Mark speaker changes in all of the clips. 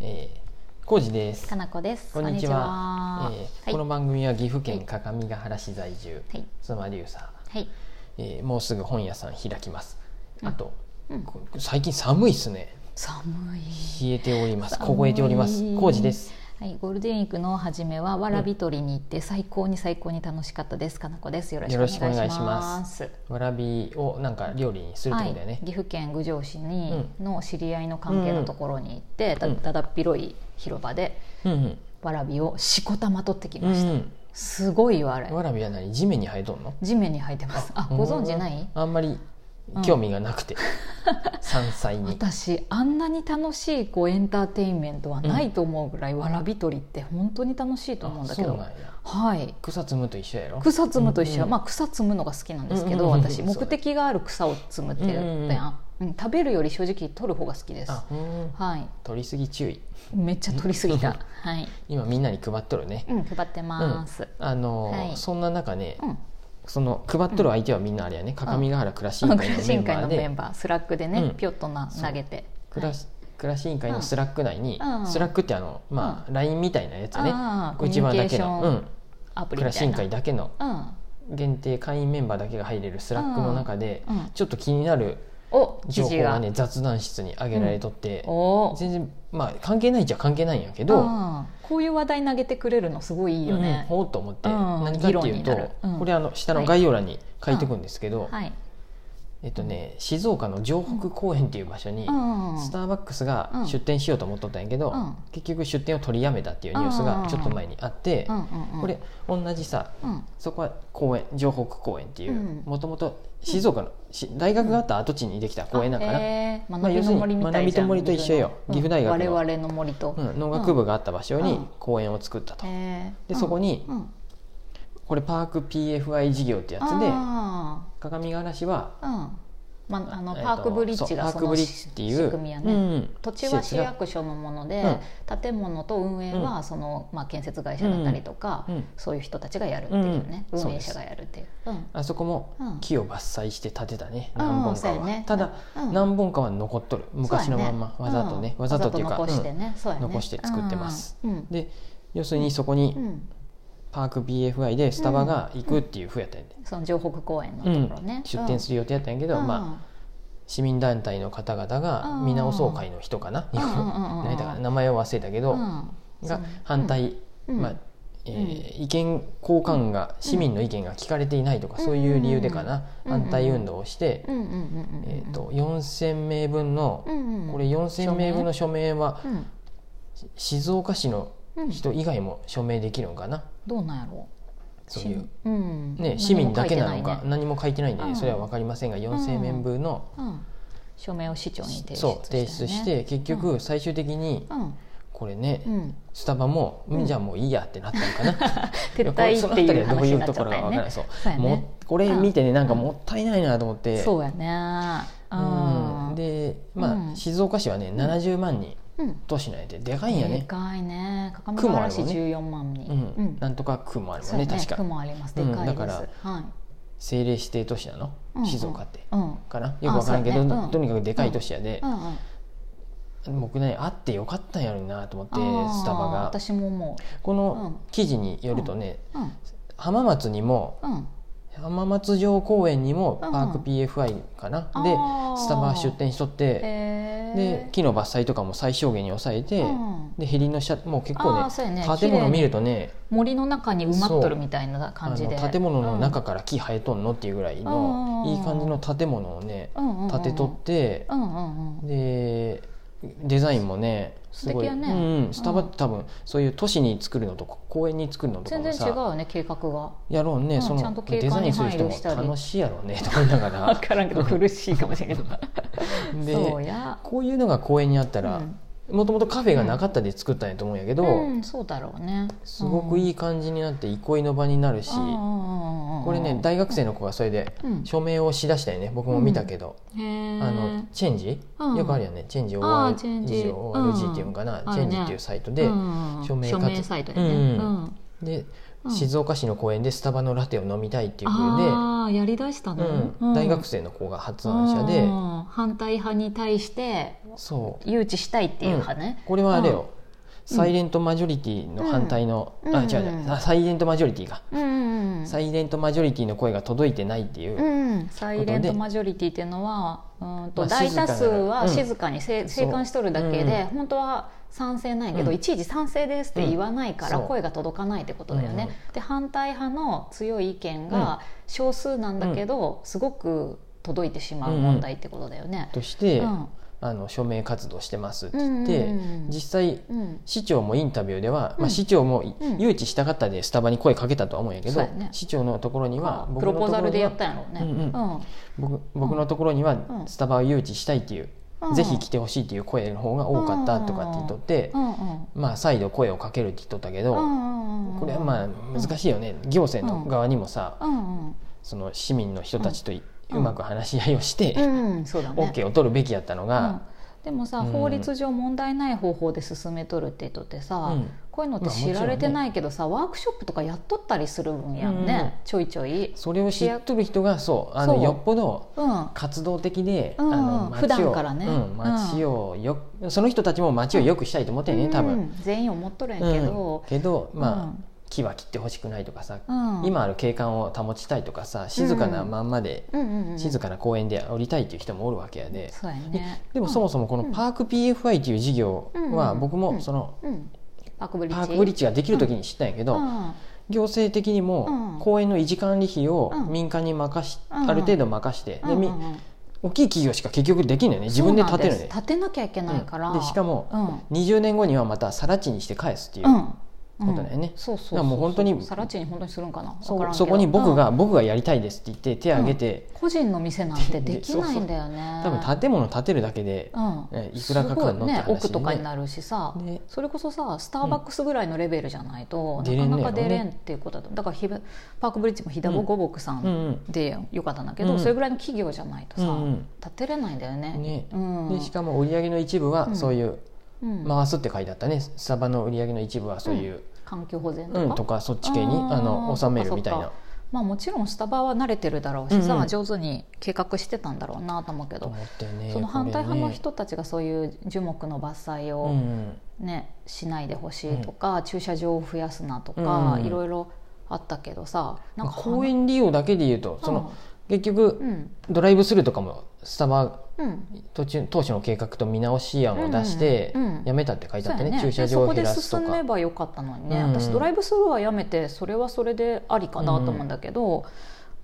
Speaker 1: えー、浩二です
Speaker 2: かなこです。
Speaker 1: こんにちは
Speaker 2: こんに
Speaker 1: え
Speaker 2: ち
Speaker 1: ーこ
Speaker 2: は
Speaker 1: の
Speaker 2: は
Speaker 1: 番組は岐阜県各務原市在住、
Speaker 2: い。
Speaker 1: 妻リュウさん、
Speaker 2: はい。
Speaker 1: えーもうすぐ本屋さん開きます
Speaker 2: うん
Speaker 1: あと、
Speaker 2: うん
Speaker 1: こ最近寒いっすね
Speaker 2: 寒い。
Speaker 1: 冷えております
Speaker 2: 寒い
Speaker 1: 凍えております浩二です
Speaker 2: はい、ゴールデンウィークの初めはわらび取りに行って最高に最高に楽しかったです。かなこです。よろしくお願い
Speaker 1: よ
Speaker 2: し
Speaker 1: ろしくお願い
Speaker 2: ま
Speaker 1: し
Speaker 2: す。
Speaker 1: まわらびをなんか料理にするって
Speaker 2: は
Speaker 1: こ
Speaker 2: い
Speaker 1: とだよね、、
Speaker 2: 岐阜県郡上市に、
Speaker 1: う
Speaker 2: の知り合いの関係のところに行って、
Speaker 1: うん
Speaker 2: だだだっ広い広場で
Speaker 1: うんうん
Speaker 2: わらびをしこたま取ってき
Speaker 1: う
Speaker 2: ました、
Speaker 1: ん
Speaker 2: すごいよあれ
Speaker 1: うん、わらびは何地面に生えとんの
Speaker 2: 地面に生えてますあご存知ない、
Speaker 1: あんまり興味がな くて、山菜に
Speaker 2: 私あんなに楽しいこうエンターテインメントはないと思うぐらい、わらび取りって本当に楽しいと思うんだけ
Speaker 1: あそう
Speaker 2: ど
Speaker 1: なんや
Speaker 2: はい
Speaker 1: 草摘むと一緒やろ
Speaker 2: 草摘むと一緒、
Speaker 1: うん
Speaker 2: まあ、草摘むのが好きなんですけ
Speaker 1: うん
Speaker 2: ど、
Speaker 1: うんうん
Speaker 2: 私
Speaker 1: そうだね
Speaker 2: 目的がある草を摘むっていう、
Speaker 1: うんうん
Speaker 2: うん食べるより正直取る方が好きです
Speaker 1: あうん
Speaker 2: はい
Speaker 1: 取りすぎ注意
Speaker 2: めっちゃ取りすぎ
Speaker 1: うん
Speaker 2: たはい、
Speaker 1: 今みんなに配っとるね、
Speaker 2: うん、配ってます、
Speaker 1: あのー
Speaker 2: はい
Speaker 1: そんな中ね、
Speaker 2: うん
Speaker 1: その配っとる相手はみんなあれやね各務原倉市委員会
Speaker 2: ク
Speaker 1: の
Speaker 2: ラシ
Speaker 1: メ
Speaker 2: ン
Speaker 1: ン
Speaker 2: 会
Speaker 1: バー
Speaker 2: のメン
Speaker 1: で
Speaker 2: バースラックでね、
Speaker 1: うん
Speaker 2: ぴょっとな
Speaker 1: そう
Speaker 2: 投げて
Speaker 1: 倉市倉市委員会のスラック内に、
Speaker 2: うん
Speaker 1: スラックってあの、まあ、LINE みたいなやつね、
Speaker 2: あー
Speaker 1: うちわだけ
Speaker 2: コミュニ
Speaker 1: の
Speaker 2: ケ、ア
Speaker 1: う
Speaker 2: プ
Speaker 1: ん、
Speaker 2: リみ
Speaker 1: 倉
Speaker 2: た
Speaker 1: 市委
Speaker 2: い
Speaker 1: 員
Speaker 2: な
Speaker 1: 会だけの
Speaker 2: うん
Speaker 1: 限定会員メンバーだけが入れるスラックの中で、
Speaker 2: うんうん
Speaker 1: ちょっと気になる
Speaker 2: お記
Speaker 1: 情
Speaker 2: 事
Speaker 1: 報が
Speaker 2: が
Speaker 1: ね雑談室に上げられとって、
Speaker 2: お
Speaker 1: 全然まあ関係ないっちゃ関係ないんやけど、
Speaker 2: うんこういう話題投げてくれるのすごいいいよ
Speaker 1: うん
Speaker 2: ね、
Speaker 1: ほうと思って、
Speaker 2: うん
Speaker 1: 何かっていう
Speaker 2: 議論に
Speaker 1: と
Speaker 2: なるうん
Speaker 1: これあの下の概要欄に書いておくんですけど、
Speaker 2: はい、
Speaker 1: えっとね、静岡の城北公園っていう場所に、
Speaker 2: うん
Speaker 1: スターバックスが出店しようと思っとったんやけど、
Speaker 2: うん
Speaker 1: 結局出店を取りやめたっていうニュースがちょっと前にあって、
Speaker 2: うんうんうん
Speaker 1: これ同じさ
Speaker 2: うん
Speaker 1: そこは公園城北公園っていう
Speaker 2: うん
Speaker 1: もともと静岡の、し大学があった跡地にできた公園だから、
Speaker 2: あえー
Speaker 1: あ
Speaker 2: 学びの森みたいじゃ
Speaker 1: 要する
Speaker 2: ん
Speaker 1: に学びと森と一緒よ岐阜大学の
Speaker 2: 我々の森と、
Speaker 1: うん農学部があった場所
Speaker 2: う
Speaker 1: に
Speaker 2: ん
Speaker 1: 公園を作ったと、
Speaker 2: えー
Speaker 1: でそこに
Speaker 2: うんうん
Speaker 1: これパーク PFI 事業ってやつで
Speaker 2: あ
Speaker 1: 鏡ヶ原市は
Speaker 2: ーうんまあ、あの
Speaker 1: えっと
Speaker 2: パークブリッジ
Speaker 1: そ
Speaker 2: が
Speaker 1: うパー
Speaker 2: そ
Speaker 1: クブ
Speaker 2: の
Speaker 1: リッ
Speaker 2: 仕
Speaker 1: ジっていう
Speaker 2: 組みやね、
Speaker 1: うん
Speaker 2: 土地は
Speaker 1: 施設
Speaker 2: 市
Speaker 1: が
Speaker 2: 役所のもので、建物と運営はその、まあ、建設会社だったりとか、
Speaker 1: うんうん
Speaker 2: そういう人たちがやるっていうね、
Speaker 1: うん
Speaker 2: 運営者がやるっていう。うん
Speaker 1: あそこも
Speaker 2: うん
Speaker 1: 木を伐採して建てたね、
Speaker 2: うん
Speaker 1: 何本か
Speaker 2: そう
Speaker 1: は、
Speaker 2: やね
Speaker 1: ただ、
Speaker 2: うん
Speaker 1: 何本かは残っとる昔のまんま、
Speaker 2: そう
Speaker 1: わ
Speaker 2: やね
Speaker 1: ざとね、
Speaker 2: うん
Speaker 1: わざとっていうか
Speaker 2: わざ残してね、そうやね
Speaker 1: 残して作ってます
Speaker 2: うんうん
Speaker 1: うんで要するにそこに
Speaker 2: うん
Speaker 1: パーク BFI でスタバが行くっていうふうやったんやで、
Speaker 2: その城北公園の
Speaker 1: うん
Speaker 2: ところね、
Speaker 1: 出店す
Speaker 2: る
Speaker 1: る予定やったんやけど、まあ、市民団体の方々が
Speaker 2: うん
Speaker 1: 皆お総会の人かな、
Speaker 2: うんうんうんうん
Speaker 1: 何だか名前を忘れたけど、が反、対、
Speaker 2: うん
Speaker 1: まあえー意見交換が市民の意見が聞かれていないとか、
Speaker 2: うん
Speaker 1: そういう理由でかな、
Speaker 2: うん
Speaker 1: 反対運動をして、
Speaker 2: うんうんうんうんうん
Speaker 1: えー、と4,000名分の、
Speaker 2: うんうん
Speaker 1: これ4,000名分の署名は
Speaker 2: うん
Speaker 1: 静岡市の
Speaker 2: うん
Speaker 1: 人以外も署名できるのかな、
Speaker 2: どうなんやろ
Speaker 1: そういう、
Speaker 2: う、うん
Speaker 1: ね、市民だけなのか
Speaker 2: 何も書いてい
Speaker 1: 何も書いてない
Speaker 2: ね
Speaker 1: んで、
Speaker 2: うん
Speaker 1: それは分かりませんが4,000名分の、
Speaker 2: うん、署名を市長に提出したよ
Speaker 1: そ
Speaker 2: ね
Speaker 1: う提出して結局最終的に
Speaker 2: うん
Speaker 1: これね、
Speaker 2: うん、
Speaker 1: スタバも、うん
Speaker 2: うん
Speaker 1: じゃあもういいやってなったのかな
Speaker 2: 撤退っていう話になっちゃ
Speaker 1: その辺りはどういうとこ
Speaker 2: っ
Speaker 1: ろ
Speaker 2: た
Speaker 1: が
Speaker 2: よ
Speaker 1: 分からな
Speaker 2: ね
Speaker 1: いそう
Speaker 2: そうやね
Speaker 1: もうこれ見てねなんかもったいないなと思って、
Speaker 2: そうやね
Speaker 1: うんでまあ、
Speaker 2: うん
Speaker 1: 静岡市はね70万人
Speaker 2: うん
Speaker 1: 都市内ででかいんや
Speaker 2: で
Speaker 1: ね、
Speaker 2: かいね各務
Speaker 1: 区もあ
Speaker 2: 原
Speaker 1: る
Speaker 2: 市
Speaker 1: もんね
Speaker 2: 14万人、
Speaker 1: うん
Speaker 2: うん
Speaker 1: なんとか区もあるも
Speaker 2: そ
Speaker 1: ん
Speaker 2: う
Speaker 1: ね
Speaker 2: ね
Speaker 1: 確
Speaker 2: 区
Speaker 1: か
Speaker 2: もあります
Speaker 1: う
Speaker 2: で
Speaker 1: ん
Speaker 2: かいです、
Speaker 1: だから
Speaker 2: はい
Speaker 1: 政令指定都市なの、
Speaker 2: うんうん
Speaker 1: 静岡って
Speaker 2: うん
Speaker 1: かなよくわからんけ
Speaker 2: そ
Speaker 1: ど、
Speaker 2: うやねうん
Speaker 1: とにかくでかい都市やで
Speaker 2: う、んうん、
Speaker 1: 僕ねあってよかったんやろうなと思って
Speaker 2: あー
Speaker 1: スタバが
Speaker 2: 私も思
Speaker 1: この
Speaker 2: う
Speaker 1: 記事によるとね、
Speaker 2: ううん
Speaker 1: 浜松にも
Speaker 2: うん
Speaker 1: 浜松城公園にもパーク
Speaker 2: うん
Speaker 1: PFI かな、
Speaker 2: あー
Speaker 1: でスタバ出店しとって、
Speaker 2: へー
Speaker 1: で木の伐採とかも最小限に抑えて、
Speaker 2: うん
Speaker 1: でヘリの車もう結
Speaker 2: あ
Speaker 1: 構
Speaker 2: ーそうや
Speaker 1: ね
Speaker 2: ね
Speaker 1: 建物見るとね
Speaker 2: 森の中に埋まっとるみたいな
Speaker 1: あ
Speaker 2: 感
Speaker 1: の
Speaker 2: じで
Speaker 1: 建物の中から木生えとんのっていうぐらいの、
Speaker 2: うん
Speaker 1: いい感じの建物をね
Speaker 2: うんうんうんうん
Speaker 1: 建てとって
Speaker 2: う、んうんうん
Speaker 1: でデザインもねすごい、
Speaker 2: 素敵やね
Speaker 1: うんうんスタバっ
Speaker 2: う
Speaker 1: て多分そういう都市に作るのと公園に作るのとかも
Speaker 2: 全然違う
Speaker 1: さ
Speaker 2: よね計画が
Speaker 1: やろうね、
Speaker 2: うん
Speaker 1: そ
Speaker 2: ちゃん
Speaker 1: の
Speaker 2: と景観
Speaker 1: デザインする人
Speaker 2: に配慮
Speaker 1: も
Speaker 2: したり
Speaker 1: 楽しいやろうねと思いながら
Speaker 2: 分からんけど苦しいかもしれんけど
Speaker 1: で
Speaker 2: そうや
Speaker 1: こういうのが公園にあった
Speaker 2: う
Speaker 1: ら
Speaker 2: ん
Speaker 1: もともとカフェがなかったで作ったんやと思うんやけど、
Speaker 2: うんそうだろうね
Speaker 1: すごくい
Speaker 2: い
Speaker 1: い感じになって憩いの場になるし、こ
Speaker 2: こ
Speaker 1: れね大学生の子がそれで
Speaker 2: うん
Speaker 1: 署名をしだしたよね僕も見たけど、あ
Speaker 2: あ
Speaker 1: のチェンジ、
Speaker 2: うん
Speaker 1: よくあるよねチェンジ
Speaker 2: あーチェンジ
Speaker 1: ORG ORG っていうのかな、
Speaker 2: うん
Speaker 1: チェンジっていうサイトで、
Speaker 2: うん
Speaker 1: 署名活
Speaker 2: 署名サイトやね
Speaker 1: うん
Speaker 2: うん
Speaker 1: で、
Speaker 2: うん
Speaker 1: 静岡市の公園でスタバのラテを飲みたいっていうふうで、
Speaker 2: ああやりだした
Speaker 1: う
Speaker 2: の
Speaker 1: ん、大学生の子が発案者で、
Speaker 2: うん反対派に対して
Speaker 1: そう
Speaker 2: 誘致したいっていうかね、
Speaker 1: これはあれよ、
Speaker 2: うん
Speaker 1: サイレントマジョリティの反対の、
Speaker 2: うん
Speaker 1: あ
Speaker 2: う
Speaker 1: 違
Speaker 2: ん
Speaker 1: う違うあサイレントマジョリティが、
Speaker 2: うんうんうん
Speaker 1: サイレントマジョリティの声が届いてないっていう、
Speaker 2: うんサイレントマジョリティっていうのはうんと
Speaker 1: まあ
Speaker 2: 大多数は
Speaker 1: 静
Speaker 2: 静かに静
Speaker 1: そう
Speaker 2: 静観しとるだけ
Speaker 1: うんう
Speaker 2: で本当は賛成なんやけど、
Speaker 1: うん
Speaker 2: いちいち賛成ですって言わないか
Speaker 1: う
Speaker 2: ら
Speaker 1: んそう
Speaker 2: 声が届かないってことだよね。で反対派の強い意見が少数なんだけど、すごく届いてしまう問題ってことだよね。
Speaker 1: として、
Speaker 2: うん
Speaker 1: あの署名活動してますって
Speaker 2: うん
Speaker 1: 言
Speaker 2: う
Speaker 1: っ
Speaker 2: んう
Speaker 1: て、
Speaker 2: ん
Speaker 1: 実際
Speaker 2: うん
Speaker 1: 市長もインタビューでは、
Speaker 2: うん
Speaker 1: まあ、市長もい、
Speaker 2: うん
Speaker 1: 誘致したかったでスタバに声かけたとは思うんやけ
Speaker 2: そう
Speaker 1: ど、
Speaker 2: やね
Speaker 1: 市長のところには
Speaker 2: プロポーザルでやったたんやろうね。
Speaker 1: うんうん
Speaker 2: うん
Speaker 1: 僕僕のところには
Speaker 2: うん
Speaker 1: スタバを誘致したいっていう、
Speaker 2: うん
Speaker 1: ぜひ来てほしいっていう声の方が多かったとかって言っとって、
Speaker 2: うんうん
Speaker 1: まあ、再度声をかけるって言っとったけど、こ
Speaker 2: こ
Speaker 1: れはまあ難しいよね、行政の側にもさ、
Speaker 2: うん
Speaker 1: その市民の人たちとい、
Speaker 2: うん
Speaker 1: うまく話し合いをして、
Speaker 2: うん、うん、そうだね、
Speaker 1: OK を取るべきやったの
Speaker 2: うん
Speaker 1: が、、
Speaker 2: でもさ、
Speaker 1: うん
Speaker 2: 法律上問題ない方法で進めとるって人ってさ、
Speaker 1: うん
Speaker 2: こういうのって知られてないけどさ、ワークショップとかやっとったりする分やんね、ちょいちょい、
Speaker 1: それを知っとる人がそうあの
Speaker 2: そう
Speaker 1: よっぽど
Speaker 2: うん、
Speaker 1: 活動的で、
Speaker 2: うん
Speaker 1: あの街を
Speaker 2: 普段からね
Speaker 1: うん街をよその人たちも街をよくしたいと思ってるね、多
Speaker 2: う
Speaker 1: 分。
Speaker 2: ん全員思っとるんやけ
Speaker 1: うん
Speaker 2: ど、
Speaker 1: けどまあ、
Speaker 2: うん
Speaker 1: 木は切ってほしくないとかさ、
Speaker 2: うん
Speaker 1: 今ある景観を保ちたいとかさ静かなまんまで、
Speaker 2: うんうんうん、
Speaker 1: 静かな公園で降りたいっていう人もおるわけやで、
Speaker 2: そうやね
Speaker 1: でもそも
Speaker 2: そ
Speaker 1: そもこのパーク PFI っていう事業は
Speaker 2: うん
Speaker 1: 僕もその、
Speaker 2: も、うん、パークブリッジ
Speaker 1: パークブリッジができる時に知ったんやけど、
Speaker 2: うん
Speaker 1: 行政的に
Speaker 2: う
Speaker 1: も
Speaker 2: ん
Speaker 1: 公園の維持管理費を
Speaker 2: うん
Speaker 1: 民間に任し、
Speaker 2: うん
Speaker 1: ある程度任して、でみ
Speaker 2: うんうんうん
Speaker 1: 大きい企業しか結局できんのよね自分で建てるの
Speaker 2: そうな
Speaker 1: ね
Speaker 2: んす建てなきゃいけないから、
Speaker 1: うんでしかも、
Speaker 2: うん
Speaker 1: 20年後にはまた更地にして返すっていう、
Speaker 2: うん
Speaker 1: ことだよね
Speaker 2: そうそ
Speaker 1: だ
Speaker 2: う
Speaker 1: からもう本当に
Speaker 2: さら地に本当にするんかなわからん
Speaker 1: そ
Speaker 2: けど
Speaker 1: そこに僕が、
Speaker 2: うん
Speaker 1: 僕がやりたいですって言って手を挙げて、
Speaker 2: 個人の店 なんてできないんだよね
Speaker 1: 多分建物建てるだけで、
Speaker 2: うん
Speaker 1: えいくらかかんのって
Speaker 2: すごいね
Speaker 1: 話
Speaker 2: 億とかに
Speaker 1: る
Speaker 2: なるしさ
Speaker 1: ね
Speaker 2: それこそさスターバックスぐらいのレベルじゃないと、
Speaker 1: うん出れんねや
Speaker 2: なかな
Speaker 1: ろ
Speaker 2: か
Speaker 1: ね
Speaker 2: 出れんっていうことだとだからひばパークブリッジもひだぼごぼくさ
Speaker 1: うん
Speaker 2: んでよかったんだけど、
Speaker 1: うん
Speaker 2: それぐらいの企業じゃないとさ、
Speaker 1: うんうん
Speaker 2: 建てれないんだよね
Speaker 1: ね
Speaker 2: うん、
Speaker 1: でしかも売り上げの一部
Speaker 2: う
Speaker 1: は
Speaker 2: ん
Speaker 1: そういう、
Speaker 2: うん
Speaker 1: 回すって書いてあったねスタバの売り上げの一部はそういう、
Speaker 2: 環境保全とか,、
Speaker 1: うん、とかそっち系にあの
Speaker 2: あー
Speaker 1: 収めるみたい
Speaker 2: そっ
Speaker 1: な
Speaker 2: か。まあもちろんスタバは慣れてるだろうしさ、
Speaker 1: うんうん
Speaker 2: 上手に計画してたんだろうなと思うけ
Speaker 1: と
Speaker 2: ど、
Speaker 1: 思ったよね
Speaker 2: その反対派の
Speaker 1: こ
Speaker 2: 人たちがそういう樹木の伐採
Speaker 1: れ
Speaker 2: を、
Speaker 1: ね
Speaker 2: ねしないでほしいとか、駐車場を増やすなとか、
Speaker 1: うん
Speaker 2: いろいろあったけどさ
Speaker 1: う
Speaker 2: なんん
Speaker 1: まあ
Speaker 2: か
Speaker 1: 公園利用だけで言うとその、結局
Speaker 2: うん
Speaker 1: ドライブスルーとかもスタバ
Speaker 2: うん
Speaker 1: 途中当初の計画と見直し案を出して
Speaker 2: うんうんうん
Speaker 1: やめたって書いてあって
Speaker 2: そう
Speaker 1: ね、
Speaker 2: やね
Speaker 1: 駐車場を減
Speaker 2: で
Speaker 1: ら
Speaker 2: そこ
Speaker 1: す
Speaker 2: で
Speaker 1: と
Speaker 2: 進め
Speaker 1: か。
Speaker 2: ばよかったのにね、
Speaker 1: うん
Speaker 2: 私ドライブスルーはやめてそれはそれでありかなと思うんだけど、うん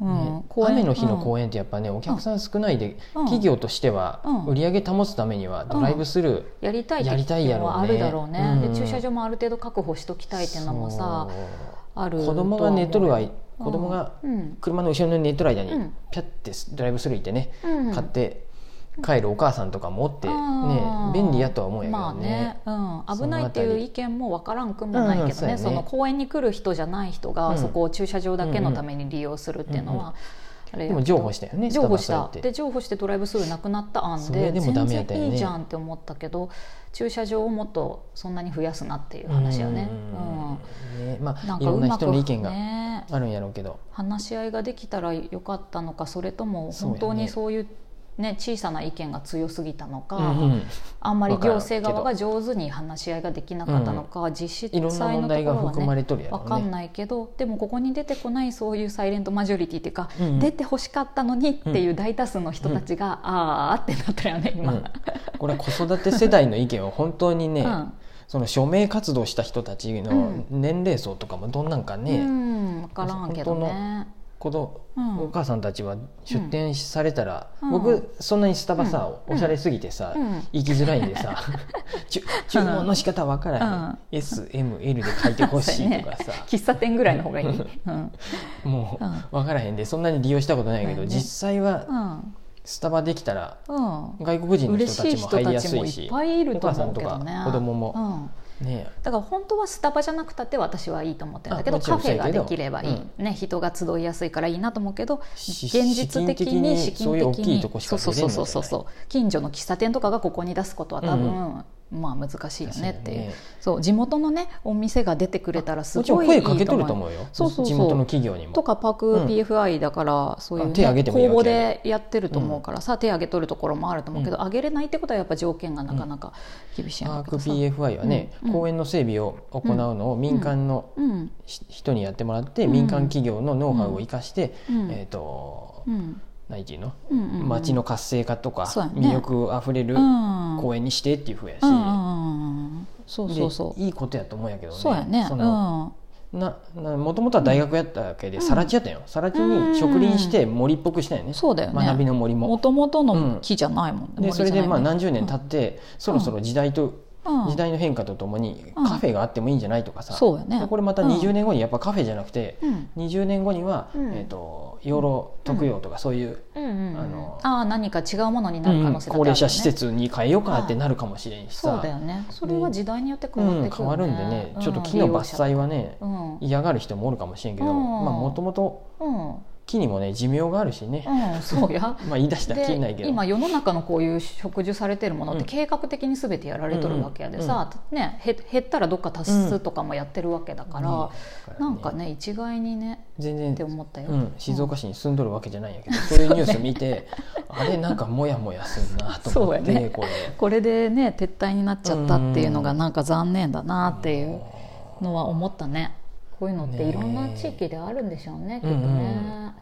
Speaker 1: ね
Speaker 2: 公園
Speaker 1: 雨の日の
Speaker 2: 園、
Speaker 1: 公園ってやっぱねお客さん少ないで、
Speaker 2: うん
Speaker 1: 企業としては
Speaker 2: うん
Speaker 1: 売り上げ保つためにはドライブスルー、
Speaker 2: やりたい
Speaker 1: やりたいやろうね
Speaker 2: はあるだろうね
Speaker 1: う
Speaker 2: で
Speaker 1: ん
Speaker 2: 駐車場もある程度確保しときたいっていうのもさある
Speaker 1: そう子供が寝とる間
Speaker 2: うん
Speaker 1: 子供が
Speaker 2: うん
Speaker 1: 車の後ろに寝とる間に
Speaker 2: うん
Speaker 1: ピャッてドライブスルー行ってね、
Speaker 2: うん
Speaker 1: 買って帰るお母さんとかもおって、ね
Speaker 2: あー
Speaker 1: 便利やとは思うんやけ
Speaker 2: ま
Speaker 1: ど
Speaker 2: あ
Speaker 1: ね,、
Speaker 2: ね、うん、危ないっていう意見も分からんくもないけどね,、
Speaker 1: うんそうやね
Speaker 2: その公園に来る人じゃない人が、
Speaker 1: うん
Speaker 2: そこを駐車場だけのために利用するっていうのは、あれ
Speaker 1: でも譲歩したよね
Speaker 2: 譲歩し
Speaker 1: スタバ
Speaker 2: た
Speaker 1: そうやって
Speaker 2: で譲歩してドライブスルーなくなった案
Speaker 1: それで
Speaker 2: で
Speaker 1: もダ
Speaker 2: 全
Speaker 1: メやったよね
Speaker 2: 然いいじゃんって思ったけど駐車場をもっとそんなに増やすなっていう話よね。う
Speaker 1: う
Speaker 2: ん
Speaker 1: んねま
Speaker 2: な
Speaker 1: あ
Speaker 2: ん
Speaker 1: い
Speaker 2: か
Speaker 1: ろ
Speaker 2: うん
Speaker 1: な
Speaker 2: まく
Speaker 1: 人の意見が
Speaker 2: ね
Speaker 1: あるんやろうけど、
Speaker 2: 話し合いができたらよかったのかそれとも本当にそういう、ね、小さな意見が強すぎたのか、
Speaker 1: うんうん
Speaker 2: あんまり
Speaker 1: わから
Speaker 2: 行
Speaker 1: ん
Speaker 2: 政側が上手に話し合いができなかったのか、実
Speaker 1: い
Speaker 2: 際
Speaker 1: ろ
Speaker 2: のと
Speaker 1: んな問
Speaker 2: ころは
Speaker 1: 題が含ま
Speaker 2: ね
Speaker 1: れとるやろ
Speaker 2: 分か
Speaker 1: うね
Speaker 2: んないけどでもここに出てこないそういうサイレントマジョリティっていうか、
Speaker 1: うんうん
Speaker 2: 出てほしかったのにっていう大多数の人たちが、ああってなったよね今。
Speaker 1: うんこれは子育て世代の意見を本当にね、
Speaker 2: うん
Speaker 1: その署名活動した人たちの年齢層とかもどんなんかね、
Speaker 2: うん、分からんけどね。
Speaker 1: この
Speaker 2: うん
Speaker 1: お母さんたちは出店されたら、
Speaker 2: うん
Speaker 1: 僕そんなにスタバさ、
Speaker 2: うん
Speaker 1: おしゃれすぎてさ、
Speaker 2: うん
Speaker 1: 行きづらいんで さ注注文の仕方わからへん、SML で書いてほしいとかさ、
Speaker 2: 喫茶店ぐらいの方がいい。うん
Speaker 1: もう
Speaker 2: うん
Speaker 1: わからへんでそんなに利用したことないけど、
Speaker 2: そうやね
Speaker 1: 実際は
Speaker 2: うん
Speaker 1: スタバできたら
Speaker 2: うん
Speaker 1: 外国人の人
Speaker 2: 嬉
Speaker 1: た
Speaker 2: しい
Speaker 1: ちも
Speaker 2: 人
Speaker 1: 入り
Speaker 2: た
Speaker 1: や
Speaker 2: ち
Speaker 1: す
Speaker 2: も
Speaker 1: い
Speaker 2: いっ
Speaker 1: し
Speaker 2: ぱいいる
Speaker 1: お
Speaker 2: と
Speaker 1: 母さ
Speaker 2: 思
Speaker 1: ん
Speaker 2: う
Speaker 1: と
Speaker 2: けどね
Speaker 1: か子供も、
Speaker 2: うん
Speaker 1: ね
Speaker 2: だから本当はスタバじゃなくたって私はいいと思ってるんだけど
Speaker 1: あもちろん
Speaker 2: カフ
Speaker 1: そう
Speaker 2: ェ
Speaker 1: や
Speaker 2: が
Speaker 1: けど
Speaker 2: できればいい、ね、人が集いやすいからいいなと思うけど
Speaker 1: し
Speaker 2: 現実的に
Speaker 1: 資
Speaker 2: 資
Speaker 1: 金的にそう
Speaker 2: 金
Speaker 1: いう大
Speaker 2: 的
Speaker 1: きい
Speaker 2: に
Speaker 1: とこしか
Speaker 2: そうそう
Speaker 1: 出れ
Speaker 2: そ
Speaker 1: んの
Speaker 2: う
Speaker 1: じゃ
Speaker 2: そう
Speaker 1: ない
Speaker 2: そう近所の喫茶店とかがここに出すことは多分、
Speaker 1: う
Speaker 2: まあ難しいよねっていう、
Speaker 1: 確かにね
Speaker 2: そう地元のねお店が出てくれたらす
Speaker 1: もちろ
Speaker 2: ご
Speaker 1: ん
Speaker 2: い
Speaker 1: 声
Speaker 2: いい
Speaker 1: かけとると
Speaker 2: 思
Speaker 1: 思
Speaker 2: う
Speaker 1: うよ
Speaker 2: そうそうそう
Speaker 1: 地元の企業にも
Speaker 2: とかパーク
Speaker 1: うん
Speaker 2: PFI だからそういう、
Speaker 1: あ手挙げてもいいわ
Speaker 2: 公募
Speaker 1: 手挙
Speaker 2: でやってると思うからさ、手挙げとるところもあると思うけど、挙げれないってことはやっぱ条件がなかなか厳しいん
Speaker 1: パ
Speaker 2: だ
Speaker 1: ー
Speaker 2: け
Speaker 1: ク
Speaker 2: どさ、
Speaker 1: PFI はね、
Speaker 2: うん
Speaker 1: 公園の整備を行うのを民間の
Speaker 2: うん
Speaker 1: し人にやってもらって、
Speaker 2: うん
Speaker 1: 民間企業のノウハウを生かして、
Speaker 2: うん
Speaker 1: えっ、と
Speaker 2: うん
Speaker 1: 何ていうの、
Speaker 2: うんうんうん、
Speaker 1: 街の活性化とか、
Speaker 2: そうやね
Speaker 1: 魅力あふれる
Speaker 2: うん
Speaker 1: 公園にしてっていうふうやし、
Speaker 2: うんうんうんうんそう
Speaker 1: で
Speaker 2: そうそう
Speaker 1: いいことやと思うんやけどね
Speaker 2: そうやね
Speaker 1: そうの
Speaker 2: ん
Speaker 1: ななもともとは大学やったわけで、
Speaker 2: うん
Speaker 1: 更地やったんよ更地に植林して森っぽくしたんよね、
Speaker 2: そうだよね
Speaker 1: 学びの森も
Speaker 2: も。ともとの木じゃないもんね、
Speaker 1: で
Speaker 2: 森
Speaker 1: それ
Speaker 2: じゃ
Speaker 1: で
Speaker 2: ない
Speaker 1: まあ
Speaker 2: ね
Speaker 1: 何十年経って、そろそろ時代と、
Speaker 2: うん
Speaker 1: 時代の変化とともに
Speaker 2: うん
Speaker 1: カフェがあってもいいんじゃないとかさ、
Speaker 2: そうやね
Speaker 1: これまた
Speaker 2: うん
Speaker 1: 20年後にやっぱカフェじゃなくて、
Speaker 2: うん
Speaker 1: 20年後には、
Speaker 2: うん
Speaker 1: えー、と養老特養とかそういう、
Speaker 2: うんうんうん
Speaker 1: あの
Speaker 2: ああ何か違うものにな
Speaker 1: う
Speaker 2: る可
Speaker 1: ん
Speaker 2: 能性だってあ
Speaker 1: 高
Speaker 2: るよね
Speaker 1: 齢者施設に変えようかってなるかもしれんし
Speaker 2: そうだよ
Speaker 1: さ、
Speaker 2: ねそれは時代によって
Speaker 1: う
Speaker 2: 変わっ
Speaker 1: ん、
Speaker 2: てくる、ね
Speaker 1: 変わるんでね、ちょっと木の伐採はね、
Speaker 2: うん利用者
Speaker 1: 嫌がる人もおるかもしれんけど
Speaker 2: うん
Speaker 1: もともと
Speaker 2: うん、うん
Speaker 1: 木にもね寿命があるしね、
Speaker 2: うん、そうや
Speaker 1: まあ言い出したらきりないけ
Speaker 2: で
Speaker 1: ど
Speaker 2: 今世の中のこういう植樹されてるものっ
Speaker 1: う
Speaker 2: て
Speaker 1: ん
Speaker 2: 計画的に全てやられとるわけやでさ、ね、へ減ったらどっか足すとかもやってるわけだから、
Speaker 1: うん
Speaker 2: なんかね一概にね
Speaker 1: 全
Speaker 2: って
Speaker 1: 然
Speaker 2: 思ったよ、
Speaker 1: うん、静岡市に住んどるわけじゃないんやけど、そういうニュース見て、 あれなんかモヤモヤするなと思って、
Speaker 2: そうやね
Speaker 1: これ
Speaker 2: これでね撤退になっちゃったっていうのがなんか残念だなっていうのは思ったねこういうのって
Speaker 1: ねえ
Speaker 2: いろんな地域であるんでしょうねきっ
Speaker 1: う
Speaker 2: と
Speaker 1: んうん
Speaker 2: ね、うん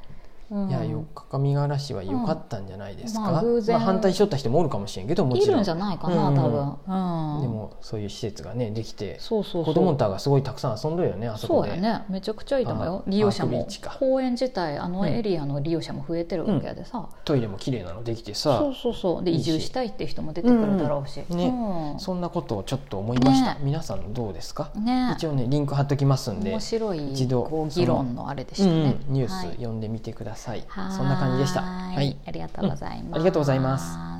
Speaker 1: いやよ上ヶ原市は良かったんじゃないですか、
Speaker 2: うんまあ偶然
Speaker 1: 反対しとった人もおるかもしれんけども
Speaker 2: い
Speaker 1: ちろ
Speaker 2: る
Speaker 1: ん
Speaker 2: んじゃないかな、
Speaker 1: うんうん
Speaker 2: 多分、うん、
Speaker 1: でもそういう施設がねできて
Speaker 2: そうそうそ
Speaker 1: 子
Speaker 2: う
Speaker 1: 供たちがすごいたくさん遊んどるよねあそ
Speaker 2: そ
Speaker 1: こ
Speaker 2: う
Speaker 1: で
Speaker 2: やねめちゃくちゃいいと思うよ
Speaker 1: あ
Speaker 2: 利用者
Speaker 1: パー
Speaker 2: も
Speaker 1: クビーチか
Speaker 2: 公園自体あのエリアの利用者も増えてるわけやでさ、
Speaker 1: トイレも綺麗なのできて
Speaker 2: そ
Speaker 1: さ
Speaker 2: うそうそうで
Speaker 1: いい
Speaker 2: 移
Speaker 1: し
Speaker 2: 住したいっていう人も出てくるだろうし、
Speaker 1: うんね
Speaker 2: うん
Speaker 1: そんなことをちょっと思いました、
Speaker 2: ね
Speaker 1: 皆さんどうですか、
Speaker 2: ね
Speaker 1: 一応ねリンク貼っときますんで
Speaker 2: 面白い
Speaker 1: 一度
Speaker 2: こう
Speaker 1: その
Speaker 2: 議論のあれでしたね、
Speaker 1: うんうんニュース
Speaker 2: はい
Speaker 1: 読んでみてください、
Speaker 2: はい
Speaker 1: そんな感じでした
Speaker 2: は
Speaker 1: はい
Speaker 2: い、ありがとうございます、
Speaker 1: うんありがとうございます